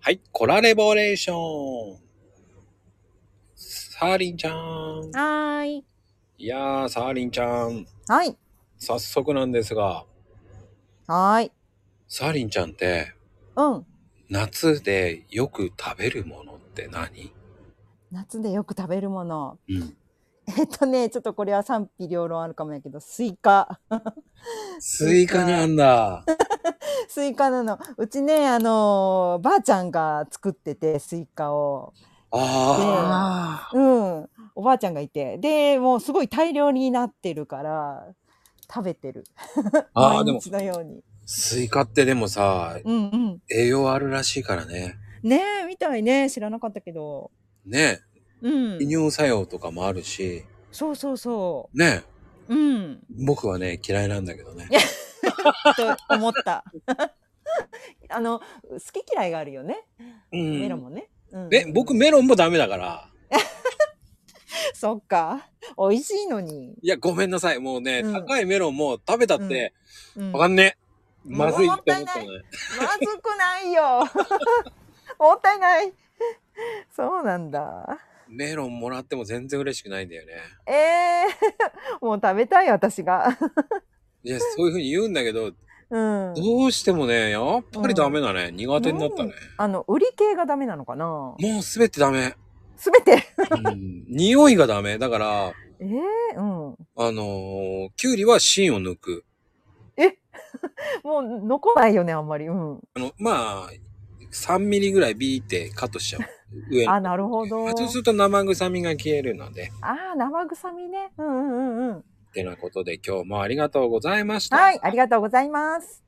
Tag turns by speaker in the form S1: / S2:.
S1: はい、コラレボレーション。サーリンちゃん。
S2: はーい。
S1: いやー、サーリンちゃん。
S2: はい。
S1: 早速なんですが、
S2: はーい。
S1: サーリンちゃんって、
S2: うん。
S1: 夏でよく食べるものって何
S2: 夏でよく食べるもの。
S1: うん。
S2: えっとね、ちょっとこれは賛否両論あるかもやけど、スイカ。
S1: スイカなんだ。
S2: スイカなの。うちね、あのーばあちゃんが作ってて、スイカを。
S1: あ
S2: うん。おばあちゃんがいて。で、もうすごい大量になってるから、食べてる。
S1: ー。あー、で
S2: 毎
S1: も、
S2: 日のように。
S1: スイカってでもさ、
S2: うんうん。
S1: 栄養あるらしいからね。
S2: ねえ、みたいね。知らなかったけど。
S1: ね、
S2: うん。
S1: 利尿作用とかもあるし、
S2: そうそうそ
S1: ね、
S2: う。うん。
S1: 僕はね、嫌いなんだけどね。
S2: と 思った。あの、好き嫌いがあるよね。
S1: うん。
S2: メロンもね。うん
S1: え、僕メロンもダメだから。
S2: そっか。美味しいのに。
S1: いや、ごめんなさい。もうね、
S2: うん
S1: 高いメロンも食べたって、
S2: うん
S1: わかんねえ。
S2: うん
S1: まずいって思ったのね。
S2: まずくないよ。 もったいない。そうなんだ。
S1: メロンもらっても全然嬉しくないんだよね。
S2: ええ もう食べたい私が。
S1: いや、そういうふうに言うんだけど、
S2: うん。
S1: どうしてもね、やっぱりダメだね。苦手になったね。
S2: あの、売り系がダメなのかな
S1: もうすべてダメ。
S2: すべて。
S1: うん、匂いがダメ。だから、
S2: ええうん。
S1: あのー、キュウリは芯を抜く。
S2: もう残らないよね、あんまり。うん。
S1: あの、まあ、3ミリぐらいビーってカットしちゃう。上
S2: あ、なるほど。
S1: まあそうすると生臭みが消えるので。
S2: ああ、生臭みね。うんうんうんうん。
S1: ってなことで今日もありがとうございました。
S2: はい、ありがとうございます。